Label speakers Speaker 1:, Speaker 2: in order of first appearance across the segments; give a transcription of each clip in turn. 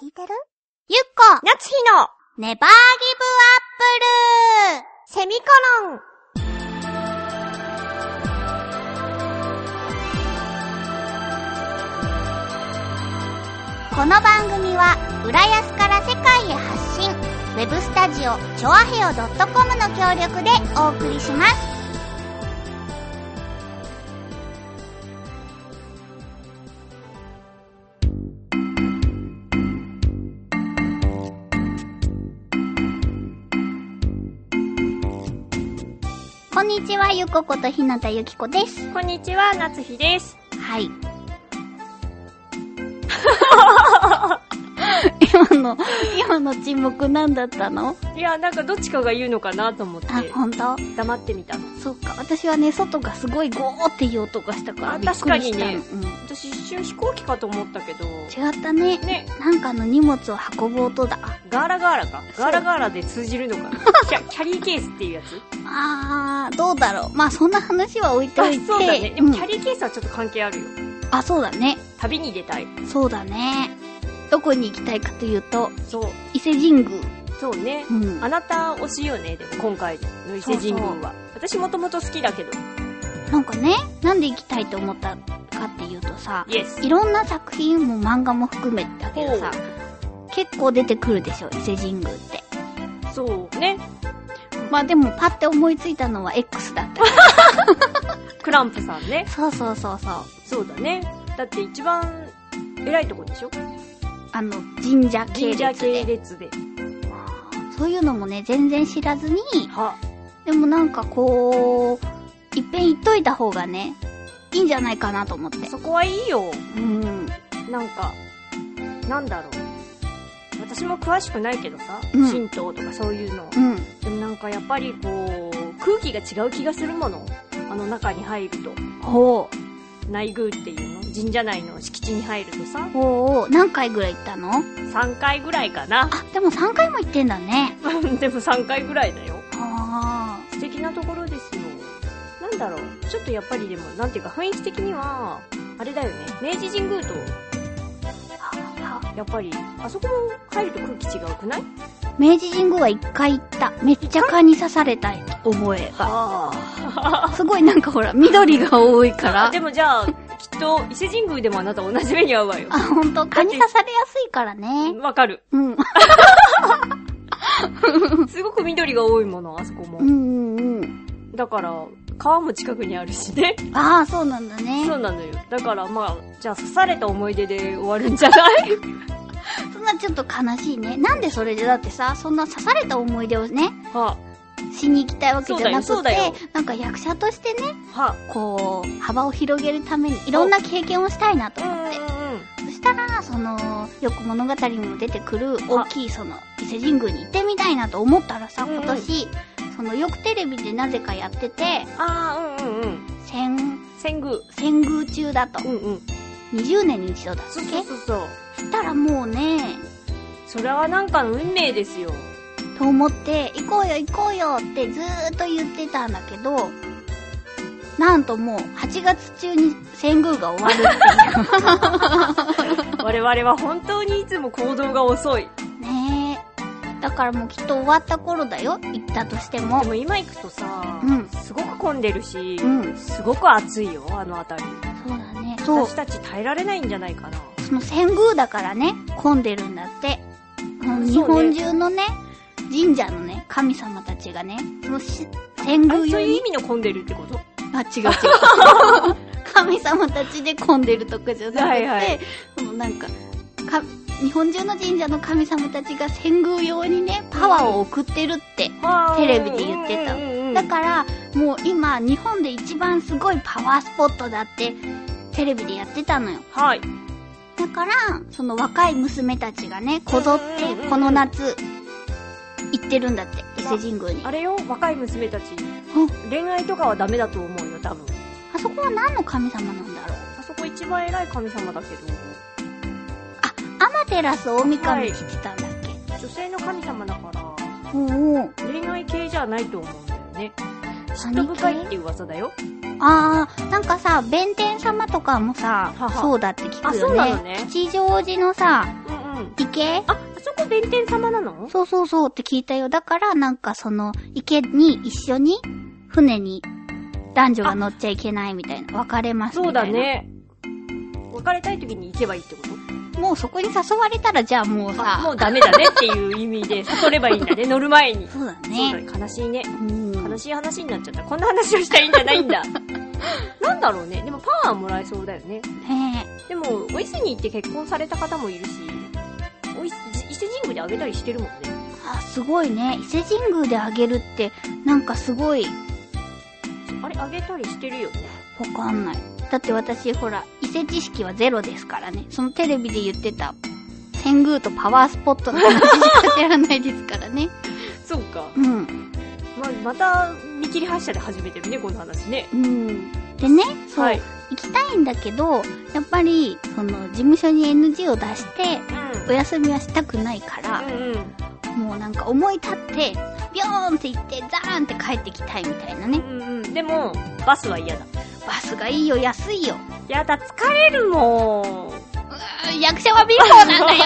Speaker 1: 聞いてるゆっこ
Speaker 2: 夏日の
Speaker 1: ネバーギブアップル
Speaker 2: セミコロン
Speaker 1: この番組は浦安から世界へ発信ウェブスタジオチョアヘオ .com の協力でお送りしますこんにちはゆこことひなたゆきこです
Speaker 2: こんにちは、夏日です。
Speaker 1: はい。 今の、今の沈黙なんだったの
Speaker 2: いや、なんかどっちかが言うのかなと思って、
Speaker 1: あ、ほんと
Speaker 2: 黙ってみたの。
Speaker 1: そうか。私はね、外がすごいゴーっていう音がしたから
Speaker 2: あ
Speaker 1: びっくりしたの。
Speaker 2: 確私一瞬飛行機かと思ったけど、
Speaker 1: うん。違ったね。
Speaker 2: ね、
Speaker 1: なんかの荷物を運ぶ音だ。
Speaker 2: ガーラガーラか。ガーラガーラで通じ るのかな。キャキャリーケースっていうやつ
Speaker 1: あー、どうだろう。まあ、そんな話は置いと
Speaker 2: あ
Speaker 1: いて。
Speaker 2: そうだね。で
Speaker 1: う
Speaker 2: も
Speaker 1: ん
Speaker 2: キャリーケースはちょっと関係あるよ。
Speaker 1: あ、そうだね。
Speaker 2: 旅に出たい。
Speaker 1: そうだね。どこに行きたいかというと、
Speaker 2: そう。
Speaker 1: 伊勢神宮。
Speaker 2: そうね。
Speaker 1: うん。
Speaker 2: あなた推しよね、でも今回の伊勢神宮は。
Speaker 1: そう
Speaker 2: 私もともと好きだけど。
Speaker 1: なんかね、なんで行きたいと思ったかっていうとさ、
Speaker 2: イエス。
Speaker 1: いろんな作品も漫画も含めてだけどさ、結構出てくるでしょ、伊勢神宮って。
Speaker 2: そうね。
Speaker 1: まあでもパッて思いついたのは X だった。
Speaker 2: クランプさんね。
Speaker 1: そうそうそうそう。
Speaker 2: そうだね。だって一番偉いとこでしょ
Speaker 1: あの、神社系
Speaker 2: 神社
Speaker 1: 列
Speaker 2: 系
Speaker 1: で。
Speaker 2: 列で。
Speaker 1: そういうのもね、全然知らずに、
Speaker 2: は、
Speaker 1: でもなんかこう、いっぺん言っといた方がね、いいんじゃないかなと思って。
Speaker 2: そこはいいよ。
Speaker 1: うん。
Speaker 2: なんか、なんだろう。私も詳しくないけどさ、
Speaker 1: うん
Speaker 2: 神道とかそういうの。
Speaker 1: うん。
Speaker 2: でもなんかやっぱりこう、空気が違う気がするもの。あの中に入ると。
Speaker 1: ほう。
Speaker 2: 内宮っていうの神社内の敷地に入るとさ、
Speaker 1: ほう。何回ぐらい行ったの
Speaker 2: 3回ぐらいかな。
Speaker 1: あ、でも3回も行ってんだね。
Speaker 2: でも3回ぐらいだよ。
Speaker 1: あ
Speaker 2: 素敵なところですよ。なんだろう。ちょっとやっぱりでも、なんていうか雰囲気的には、あれだよね。明治神宮と、
Speaker 1: ーあ。
Speaker 2: やっぱり、あそこも入ると空気違うくない
Speaker 1: 明治神宮は1回行った。めっちゃ蚊に刺された覚えが。
Speaker 2: あ
Speaker 1: すごいなんかほら、緑が多いか
Speaker 2: あ。
Speaker 1: ら
Speaker 2: で。もじゃあ、きっと、伊勢神宮でもあなた同じ目に遭うわよ。
Speaker 1: あ、ほんと、蚊に刺されやすいからね。
Speaker 2: わかる。
Speaker 1: うん。
Speaker 2: すごく緑が多いもの、あそこ
Speaker 1: う
Speaker 2: も。
Speaker 1: んうんうん。
Speaker 2: だから、川も近くにあるしね。
Speaker 1: ああ、そうなんだね。
Speaker 2: そうなのよ。だからまあ、じゃあ刺された思い出で終わるんじゃない
Speaker 1: そんなちょっと悲しいね。なんでそれでだってさ、そんな刺された思い出をね、
Speaker 2: は
Speaker 1: しに行きたいわけじゃな
Speaker 2: そ
Speaker 1: く
Speaker 2: うだよそう
Speaker 1: て
Speaker 2: だ、
Speaker 1: なんか役者としてね、
Speaker 2: あ、は
Speaker 1: こう、幅を広げるためにいろんな経験をしたいなと
Speaker 2: あ。
Speaker 1: 思って。
Speaker 2: うんう
Speaker 1: そ
Speaker 2: ん。
Speaker 1: したら、その、よく物語にも出てくる大きいその、伊勢神宮に行ってみたいなと思ったらさ、
Speaker 2: うんうん
Speaker 1: 今年、その、よくテレビでなぜかやってて、
Speaker 2: ああ、うんうんうん。
Speaker 1: 戦、
Speaker 2: 遷宮。
Speaker 1: 戦宮中だと。
Speaker 2: うんうん。
Speaker 1: 20年に一度だっ
Speaker 2: そう
Speaker 1: け
Speaker 2: そうそうそう。
Speaker 1: そしたらもうね、
Speaker 2: それはなんかの運命です よ。
Speaker 1: と思って、行こうよ行こうよってずーっと言ってたんだけど、なんともう8月中に遷宮が終わる
Speaker 2: 我々は本当にいつも行動が遅い。
Speaker 1: ね え。だからもうきっと終わった頃だよ、行ったとしても
Speaker 2: で。も今行くとさ、
Speaker 1: うん
Speaker 2: すごく混んでるし、
Speaker 1: うん
Speaker 2: すごく暑いよ、あの辺り。
Speaker 1: そうだね。そう
Speaker 2: 私。たち耐えられないんじゃないかな。
Speaker 1: その遷宮だからね、混んでるんだって。もう日本中のね、神社のね、神様たちがね、そのし遷
Speaker 2: あそう
Speaker 1: 宮用
Speaker 2: いう
Speaker 1: に
Speaker 2: 意、味の混んでるってこと
Speaker 1: あ、違う違う。 神様たちで混んでるとかじゃなくて、
Speaker 2: はいはい
Speaker 1: そのなんか、か、日本中の神社の神様たちが遷宮用にね、パワーを送ってるって。テレビで言ってた
Speaker 2: うんうんうん
Speaker 1: だから、もう今、日本で一番すごいパワースポットだって、テレビでやってたのよ。
Speaker 2: はい。
Speaker 1: だから、その若い娘たちがね、こぞっ
Speaker 2: うんうんうんう
Speaker 1: て、
Speaker 2: ん
Speaker 1: この夏、行ってるんだって、伊勢神宮に。
Speaker 2: あれよ、若い娘たち。恋愛とかはダメだと思うよ、多分。
Speaker 1: あそこは何の神様なんだろう。
Speaker 2: あそこ一番偉い神様だけど、
Speaker 1: アマテラス大神って言ってたんだっけ、
Speaker 2: 女性の神様だから、
Speaker 1: おうおう。
Speaker 2: 恋愛系じゃないと思うんだよね。嫉妬
Speaker 1: 何
Speaker 2: 深いっていう噂だよ。
Speaker 1: あー、なんかさ、弁天様とかもさ
Speaker 2: はは、
Speaker 1: そうだって聞くよね。
Speaker 2: あそうなのね
Speaker 1: 吉祥寺のさ、
Speaker 2: うんうん。
Speaker 1: 池
Speaker 2: あ、あそこ弁天様なの
Speaker 1: そうそうそうって聞いたよ。だから、なんかその、池に一緒に、船に、男女が乗っちゃいけないみたいな。別れます
Speaker 2: そう
Speaker 1: みた
Speaker 2: だ
Speaker 1: いな。。
Speaker 2: ね。別れたい時に行けばいいってこと
Speaker 1: もうそこに誘われたら、じゃあもうさ、
Speaker 2: もうダメだねっていう意味で悟ればいいん だね、乗る前に。
Speaker 1: そうだ
Speaker 2: そうだ
Speaker 1: ね。
Speaker 2: ね、悲しいね。
Speaker 1: うん
Speaker 2: 悲しい話になっちゃった。こんな話をしたいんじゃないんだ。 なんだろうね。でもパワーもらえそうだよね。
Speaker 1: ね
Speaker 2: でも、お伊勢に行って結婚された方もいるし、お伊勢伊勢神宮であげたりしてるもんね。
Speaker 1: えあ、すごいね。伊勢神宮であげるって、なんかすごい、
Speaker 2: あれ、あげたりしてるよね。
Speaker 1: わかんない。だって私、ほら、伊勢知識はゼロですからね。そのテレビで言ってた、天宮とパワースポットの話しか知らないですからね。
Speaker 2: そうか。
Speaker 1: うん。
Speaker 2: ま、また、見切り発車で始めてるね、この話ね。
Speaker 1: うん。でね、そう、
Speaker 2: はい。
Speaker 1: 行きたいんだけど、やっぱり、その、事務所に NG を出して、お休みはしたくないから、
Speaker 2: うん。うんうん。
Speaker 1: もうなんか思い立って、ビョーンって行って、ザーンって帰ってきたいみたいなね。
Speaker 2: うんうん。でも、バスは嫌だ。
Speaker 1: バスがいいよ、安いよ。
Speaker 2: やだ、疲れるもん。
Speaker 1: うーん役者は貧乏なんだ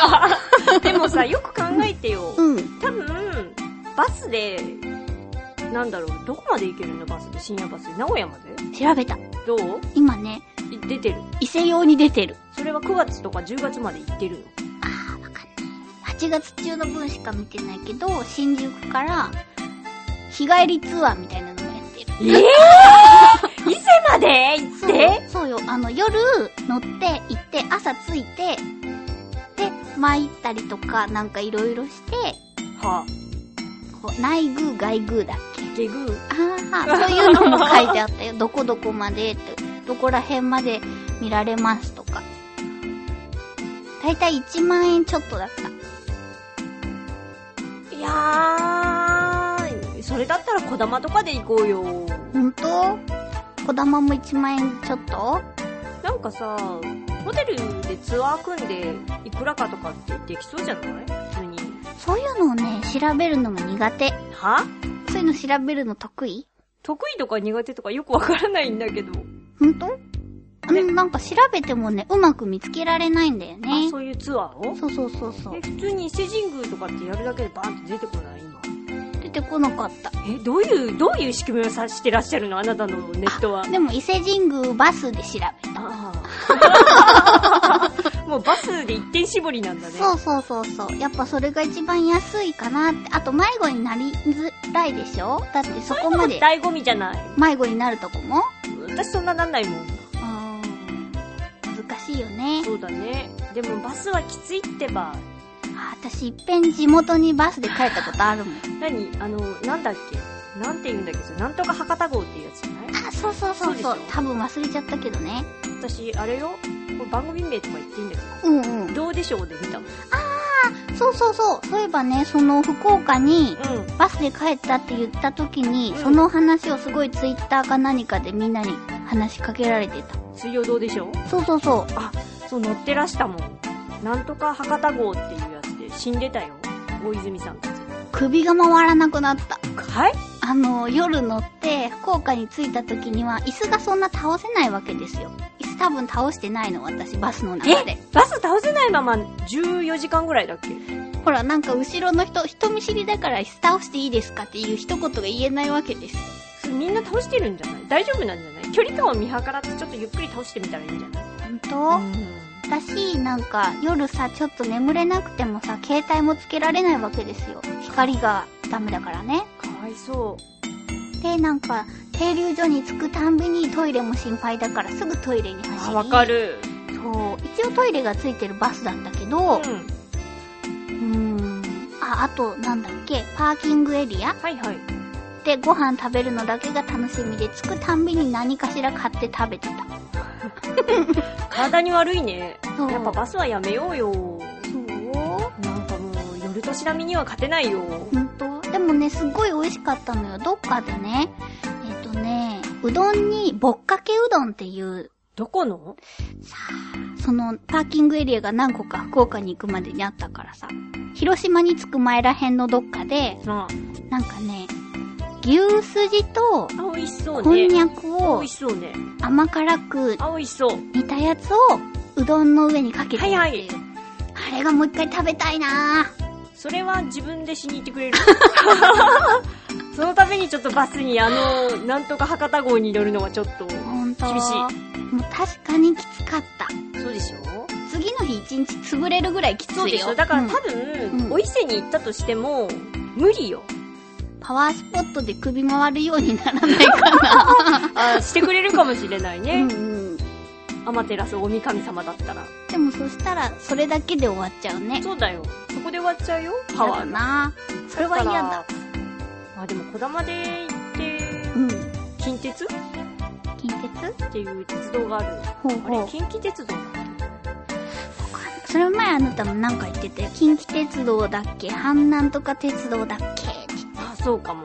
Speaker 1: よ。
Speaker 2: よでもさ、よく考えてよ。
Speaker 1: うん。
Speaker 2: 多分、バスで、なんだろう、どこまで行けるのバスで、深夜バスで。名古屋まで
Speaker 1: 調べた。
Speaker 2: どう
Speaker 1: 今ね、
Speaker 2: い出てる。
Speaker 1: 伊勢用に出てる。
Speaker 2: それは9月とか10月まで行ってるの。
Speaker 1: あー、わかんない。8月中の分しか見てないけど、新宿から、日帰りツアーみたいなのもやってる。
Speaker 2: ええー、伊勢まで行っ
Speaker 1: そう
Speaker 2: て
Speaker 1: そうよ。あの、夜、乗って、行って、朝着いて、で、参ったりとか、なんかいろいろして、
Speaker 2: は
Speaker 1: こう、内宮、外宮だっけ
Speaker 2: ぁ、ゲグ
Speaker 1: ああ、そういうのも書いてあったよ。 どこどこまでって、どこら辺まで見られますとか。だいたい1万円ちょっとだった。
Speaker 2: いやー、それだったら小玉とかで行こうよ。
Speaker 1: ほんと小玉も1万円ちょっと
Speaker 2: なんかさ、ホテルでツアー組んで、いくらかとかってできそうじゃない普通に。
Speaker 1: そういうのをね、調べるのも苦手。
Speaker 2: は
Speaker 1: そういうの調べるの得意
Speaker 2: 得意とか苦手とかよくわからないんだけど。
Speaker 1: ほんと
Speaker 2: ね
Speaker 1: うん、なんか調べてもね、うまく見つけられないんだよね
Speaker 2: あ、。そういうツアーを
Speaker 1: そうそうそうそう
Speaker 2: え、。普通に伊勢神宮とかってやるだけでバーンって出てこない今。
Speaker 1: 出てこなかった。
Speaker 2: え、どういう、どういう仕組みをさしてらっしゃるのあなたのネットは。
Speaker 1: でも伊勢神宮バスで調べた。
Speaker 2: あ あ。もうバスで一点絞りなんだね。
Speaker 1: そうそうそうそう。やっぱそれが一番安いかなって。あと迷子になりづらいでしょだってそこまで
Speaker 2: 醍醐味じゃない。
Speaker 1: 迷子になるとこも
Speaker 2: 私そんななんないもん。
Speaker 1: うーん。難しいよね。
Speaker 2: そうだね。でもバスはきついってば。
Speaker 1: あ私いっぺん地元にバスで帰ったことあるもん。
Speaker 2: 何あの、なんだっけなんて言うんだっけそれなんとか博多号っていうやつじゃない
Speaker 1: あ、そうそうそうそう
Speaker 2: そ
Speaker 1: う
Speaker 2: でしょ。
Speaker 1: 多分忘れちゃったけどね。
Speaker 2: 私、あれよ。これ番組名とか言っていいんだけ
Speaker 1: うんうん
Speaker 2: ど、。どうでしょうで見たもん。
Speaker 1: そうそうそう。そういえばね、その福岡に
Speaker 2: うん。
Speaker 1: バスで帰ったって言った時に、
Speaker 2: うん
Speaker 1: その話をすごいツイッターか何かでみんなに話しかけられてた。
Speaker 2: 水曜どうでしょう
Speaker 1: そうそうそう。
Speaker 2: そう乗ってらしたもんなんとか博多号っていうやつで死んでたよ大泉さんたち
Speaker 1: 首が回らなくなった。
Speaker 2: はい
Speaker 1: あの、夜乗って福岡に着いた時には椅子がそんな倒せないわけですよ。椅子多分倒してないの、私、バスの中で。
Speaker 2: バス倒せないまま14時間ぐらいだっけ
Speaker 1: ほら、なんか後ろの人、人見知りだから椅子倒していいですかっていう一言が言えないわけですよ。
Speaker 2: それみんな倒してるんじゃない大丈夫なんじゃない距離感を見計らってちょっとゆっくり倒してみたらいいんじゃない
Speaker 1: 本当私、なんか夜さ、ちょっと眠れなくてもさ、携帯もつけられないわけですよ。光がダメだからね。
Speaker 2: かわいそ
Speaker 1: で、なんか、停留所に着くたんびにトイレも心配だからすぐトイレに
Speaker 2: う
Speaker 1: 走
Speaker 2: あ
Speaker 1: り。
Speaker 2: わかる
Speaker 1: そう。一応トイレがついてるバスだったけ
Speaker 2: う
Speaker 1: ど、
Speaker 2: ん
Speaker 1: うーん。あ、あと、なんだっけ、パーキングエリア
Speaker 2: はいはい
Speaker 1: でご飯食べるのだけが楽しみで、着くたんびに何かしら買って食べてた。
Speaker 2: 体に悪いね
Speaker 1: そう
Speaker 2: やっぱバスはやめようよ
Speaker 1: そう
Speaker 2: なんかもう夜年並みには勝てないよ
Speaker 1: ほんとでもね、すごい美味しかったのよ。どっかでね、えっ、とね、うどんに、ぼっかけうどんっていう、
Speaker 2: どこの
Speaker 1: その、パーキングエリアが何個か福岡に行くまでにあったからさ、広島に着く前らへんのどっかで、
Speaker 2: あ
Speaker 1: なんかね、牛すじと、
Speaker 2: あ美味しそう
Speaker 1: こん
Speaker 2: ね
Speaker 1: にゃく
Speaker 2: 美
Speaker 1: を
Speaker 2: 味しそうね
Speaker 1: 甘辛く
Speaker 2: あ美味しそう
Speaker 1: 煮たやつをうどんの上にかけてるっていう。
Speaker 2: はいはい
Speaker 1: ああれがもう一回食べたいなぁ。
Speaker 2: それは自分でしに行ってくれる そのためにちょっとバスにあの、なんとか博多号に乗るのはちょっと。
Speaker 1: ほんと。
Speaker 2: 厳しい
Speaker 1: もう確かにきつかった。
Speaker 2: そうでしょ
Speaker 1: 次の日一日潰れるぐらいきついよ。
Speaker 2: そうでしょだから
Speaker 1: ん
Speaker 2: 多分、
Speaker 1: うん
Speaker 2: お伊勢に行ったとしても、無理よ。
Speaker 1: パワースポットで首回るようにならないか
Speaker 2: あしてくれるかもしれない
Speaker 1: な。う
Speaker 2: ね
Speaker 1: ん。うん。
Speaker 2: アマテラス大神様だったら。
Speaker 1: でもそしたら、それだけで終わっちゃうね。
Speaker 2: そうだよ。そこで終わっちゃうよ。パ
Speaker 1: や
Speaker 2: ワ
Speaker 1: だ
Speaker 2: ーが。
Speaker 1: なそれは嫌だ。
Speaker 2: から。まあでも、小玉で行って、
Speaker 1: うん。
Speaker 2: 近鉄っ
Speaker 1: 近鉄
Speaker 2: ていう鉄道があるの。
Speaker 1: ほう
Speaker 2: あ
Speaker 1: ほ
Speaker 2: れ、
Speaker 1: う。
Speaker 2: 近畿鉄道
Speaker 1: それ前あなたもなんか言ってて、近畿鉄道だっけ阪南とか鉄道だっけって言って
Speaker 2: あ、そうかも。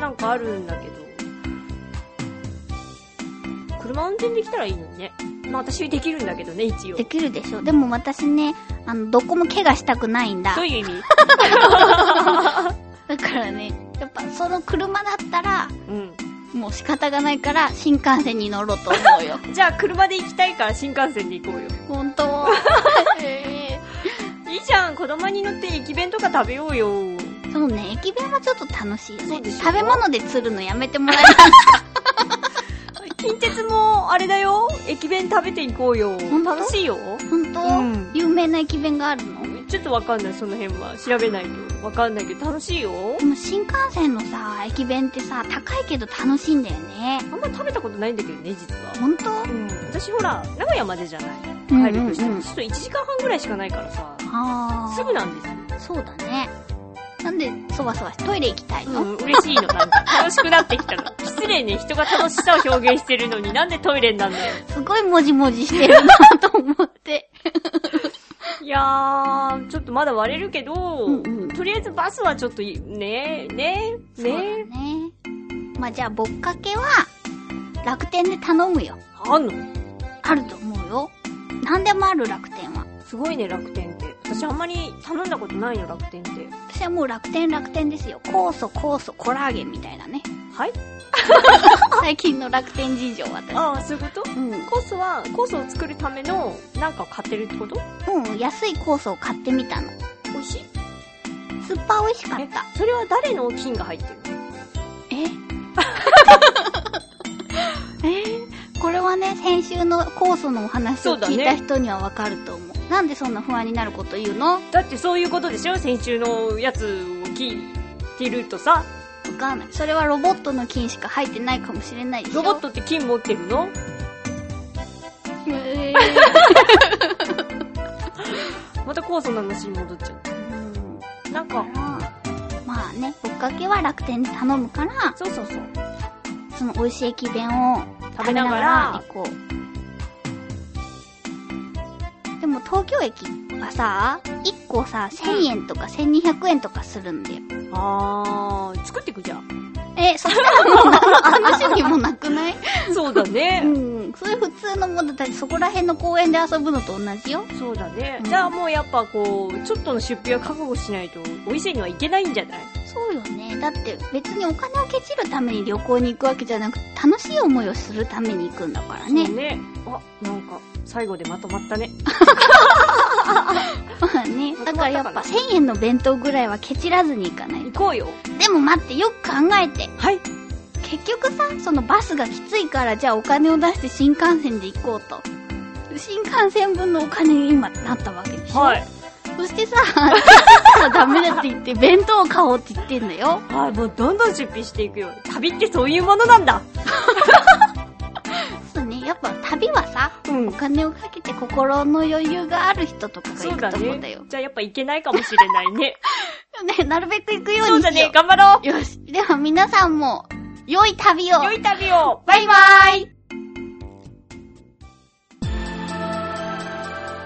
Speaker 2: なんかあるんだけど。車運転できたらいいのにね。まあ私できるんだけどね、一応
Speaker 1: で。きるでしょ。でも私ね、あの、どこも怪我したくないんだ
Speaker 2: どう。いう意味
Speaker 1: だからね、やっぱその車だったら、
Speaker 2: うん。
Speaker 1: もう仕方がないから新幹線に乗ろうと思う よ。
Speaker 2: じゃあ車で行きたいから新幹線で行こうよ。
Speaker 1: ほ んとえ
Speaker 2: いいじゃん、子供に乗って駅弁とか食べようよ。
Speaker 1: ーそうね、駅弁はちょっと楽しいよ
Speaker 2: そう
Speaker 1: ね。
Speaker 2: でしょ
Speaker 1: 食べ物で釣るのやめてもらえない
Speaker 2: 近鉄も、あれだよ、駅弁食べていこうよ。
Speaker 1: 本当
Speaker 2: 楽しいよ。
Speaker 1: ほんと、
Speaker 2: うん
Speaker 1: 有名な駅弁があるの
Speaker 2: ちょっとわかんない、その辺は。調べないと。わかんないけど、楽しいよ。
Speaker 1: でも新幹線のさ、駅弁ってさ、高いけど楽しいんだよね。
Speaker 2: あんま食べたことないんだけどね、実は。
Speaker 1: ほんと
Speaker 2: うん。私ほら、名古屋までじゃない。
Speaker 1: うん
Speaker 2: 帰るとして
Speaker 1: うんう
Speaker 2: も、
Speaker 1: ん
Speaker 2: ちょっと1時間半ぐらいしかないからさ、
Speaker 1: あー
Speaker 2: すぐなんですよ。
Speaker 1: そうだね。なんで、そわそわしてトイレ行きたいの、
Speaker 2: うん、嬉しいの、なんか。楽しくなってきたの。 失礼ね、人が楽しさを表現してるのに、なんでトイレになんだよ。
Speaker 1: すごいもじもじしてるなと思って。
Speaker 2: いやー、ちょっとまだ割れるけど、
Speaker 1: うんうん
Speaker 2: とりあえずバスはちょっといい、ねえ、ねえ、
Speaker 1: そうだ
Speaker 2: ねえ。
Speaker 1: ね。まあ、じゃあ、ぼっかけは、楽天で頼むよ。
Speaker 2: あんの
Speaker 1: あると思うよ。なんでもある楽天は。
Speaker 2: すごいね、楽天って。私あんまり頼んだことないよ、楽天って。
Speaker 1: 私はもう楽天楽天ですよ。酵素、酵素、コラーゲンみたいなね。
Speaker 2: はい
Speaker 1: 最近の楽天事情、私。
Speaker 2: ああ、そういうこと
Speaker 1: うん。
Speaker 2: コースは、コースを作るための、なんかを買ってるってこと
Speaker 1: うん、安い酵素を買ってみたの。
Speaker 2: 美味しい
Speaker 1: スーパー美味しかっ
Speaker 2: え
Speaker 1: た。、
Speaker 2: それは誰の菌が入ってるの
Speaker 1: え えーこれはね、先週の酵素のお話を
Speaker 2: そうだ
Speaker 1: 聞
Speaker 2: ね
Speaker 1: いた人にはわかると思う。なんでそんな不安になること言うのわ
Speaker 2: だってそういうことでしょ先週のやつを聞いてるとさ、
Speaker 1: かんない。それはロボットの菌しか入ってないかもしれないでしょ。
Speaker 2: ロボットって菌持ってるの
Speaker 1: え
Speaker 2: また酵素の話に戻っちゃう。
Speaker 1: ー うん
Speaker 2: なん
Speaker 1: だ
Speaker 2: か
Speaker 1: か、ら、まあね、ぶっかけは楽天で頼むから、
Speaker 2: そうそうそう。
Speaker 1: その美味しい駅弁を
Speaker 2: 食べながら、
Speaker 1: 食べながら行こう。でも東京駅はさ、1個さ、1000円とか1200円とかするんだよ。
Speaker 2: あー、作ってくじゃん。
Speaker 1: え、そしたらもう何の話にもなくない
Speaker 2: そうだ
Speaker 1: う
Speaker 2: ね。
Speaker 1: ん。それ普通のものだってそこら辺の公園で遊ぶのと同じよ。
Speaker 2: そうだね
Speaker 1: う。ん
Speaker 2: じゃあもうやっぱこう、ちょっとの出費は覚悟しないと、お伊勢には行けないんじゃない
Speaker 1: そうよね。だって別にお金をケチるために旅行に行くわけじゃなくて、楽しい思いをするために行くんだからね
Speaker 2: そう。ね。あ、なんか、最後でまとまったね。
Speaker 1: まあね。だからやっぱ
Speaker 2: まとまった
Speaker 1: 1000円の弁当ぐらいはケチらずに行かない
Speaker 2: 行
Speaker 1: と。
Speaker 2: こうよ。
Speaker 1: でも待って、よく考えて。
Speaker 2: はい。
Speaker 1: 結局さ、そのバスがきついから、じゃあお金を出して新幹線で行こうと。新幹線分のお金に今なったわけでしょ、
Speaker 2: はい。
Speaker 1: そしてさ、さダメだって言って、弁当を買おうって言ってんだよ。
Speaker 2: はい、もうどんどん出費していくよ。旅ってそういうものなんだ。
Speaker 1: そうね、やっぱ旅はさ、
Speaker 2: うん
Speaker 1: お。金をかけて心の余裕がある人とかが
Speaker 2: そ
Speaker 1: 行
Speaker 2: うだ
Speaker 1: くと思うんだ
Speaker 2: ね
Speaker 1: よ。。
Speaker 2: じゃあやっぱ行けないかもしれないね。
Speaker 1: ねなるべく行くよ
Speaker 2: そうう
Speaker 1: にしよ
Speaker 2: だ
Speaker 1: う。
Speaker 2: ね、頑張ろ
Speaker 1: よし。では皆さんも、良い旅を
Speaker 2: う。良い旅を。
Speaker 1: バイバイ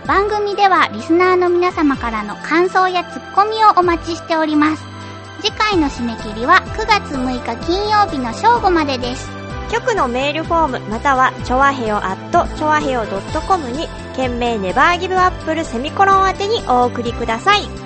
Speaker 1: 番組ではリスナーの皆様からの感想やツッコミをお待ちしております。次回の締め切りは9月6日金曜日の正午までです。
Speaker 2: 局のメールフォームまたはチョアヘヨアットチョアヘヨ .com に件名ネバーギブアップルセミコロン宛てにお送りください。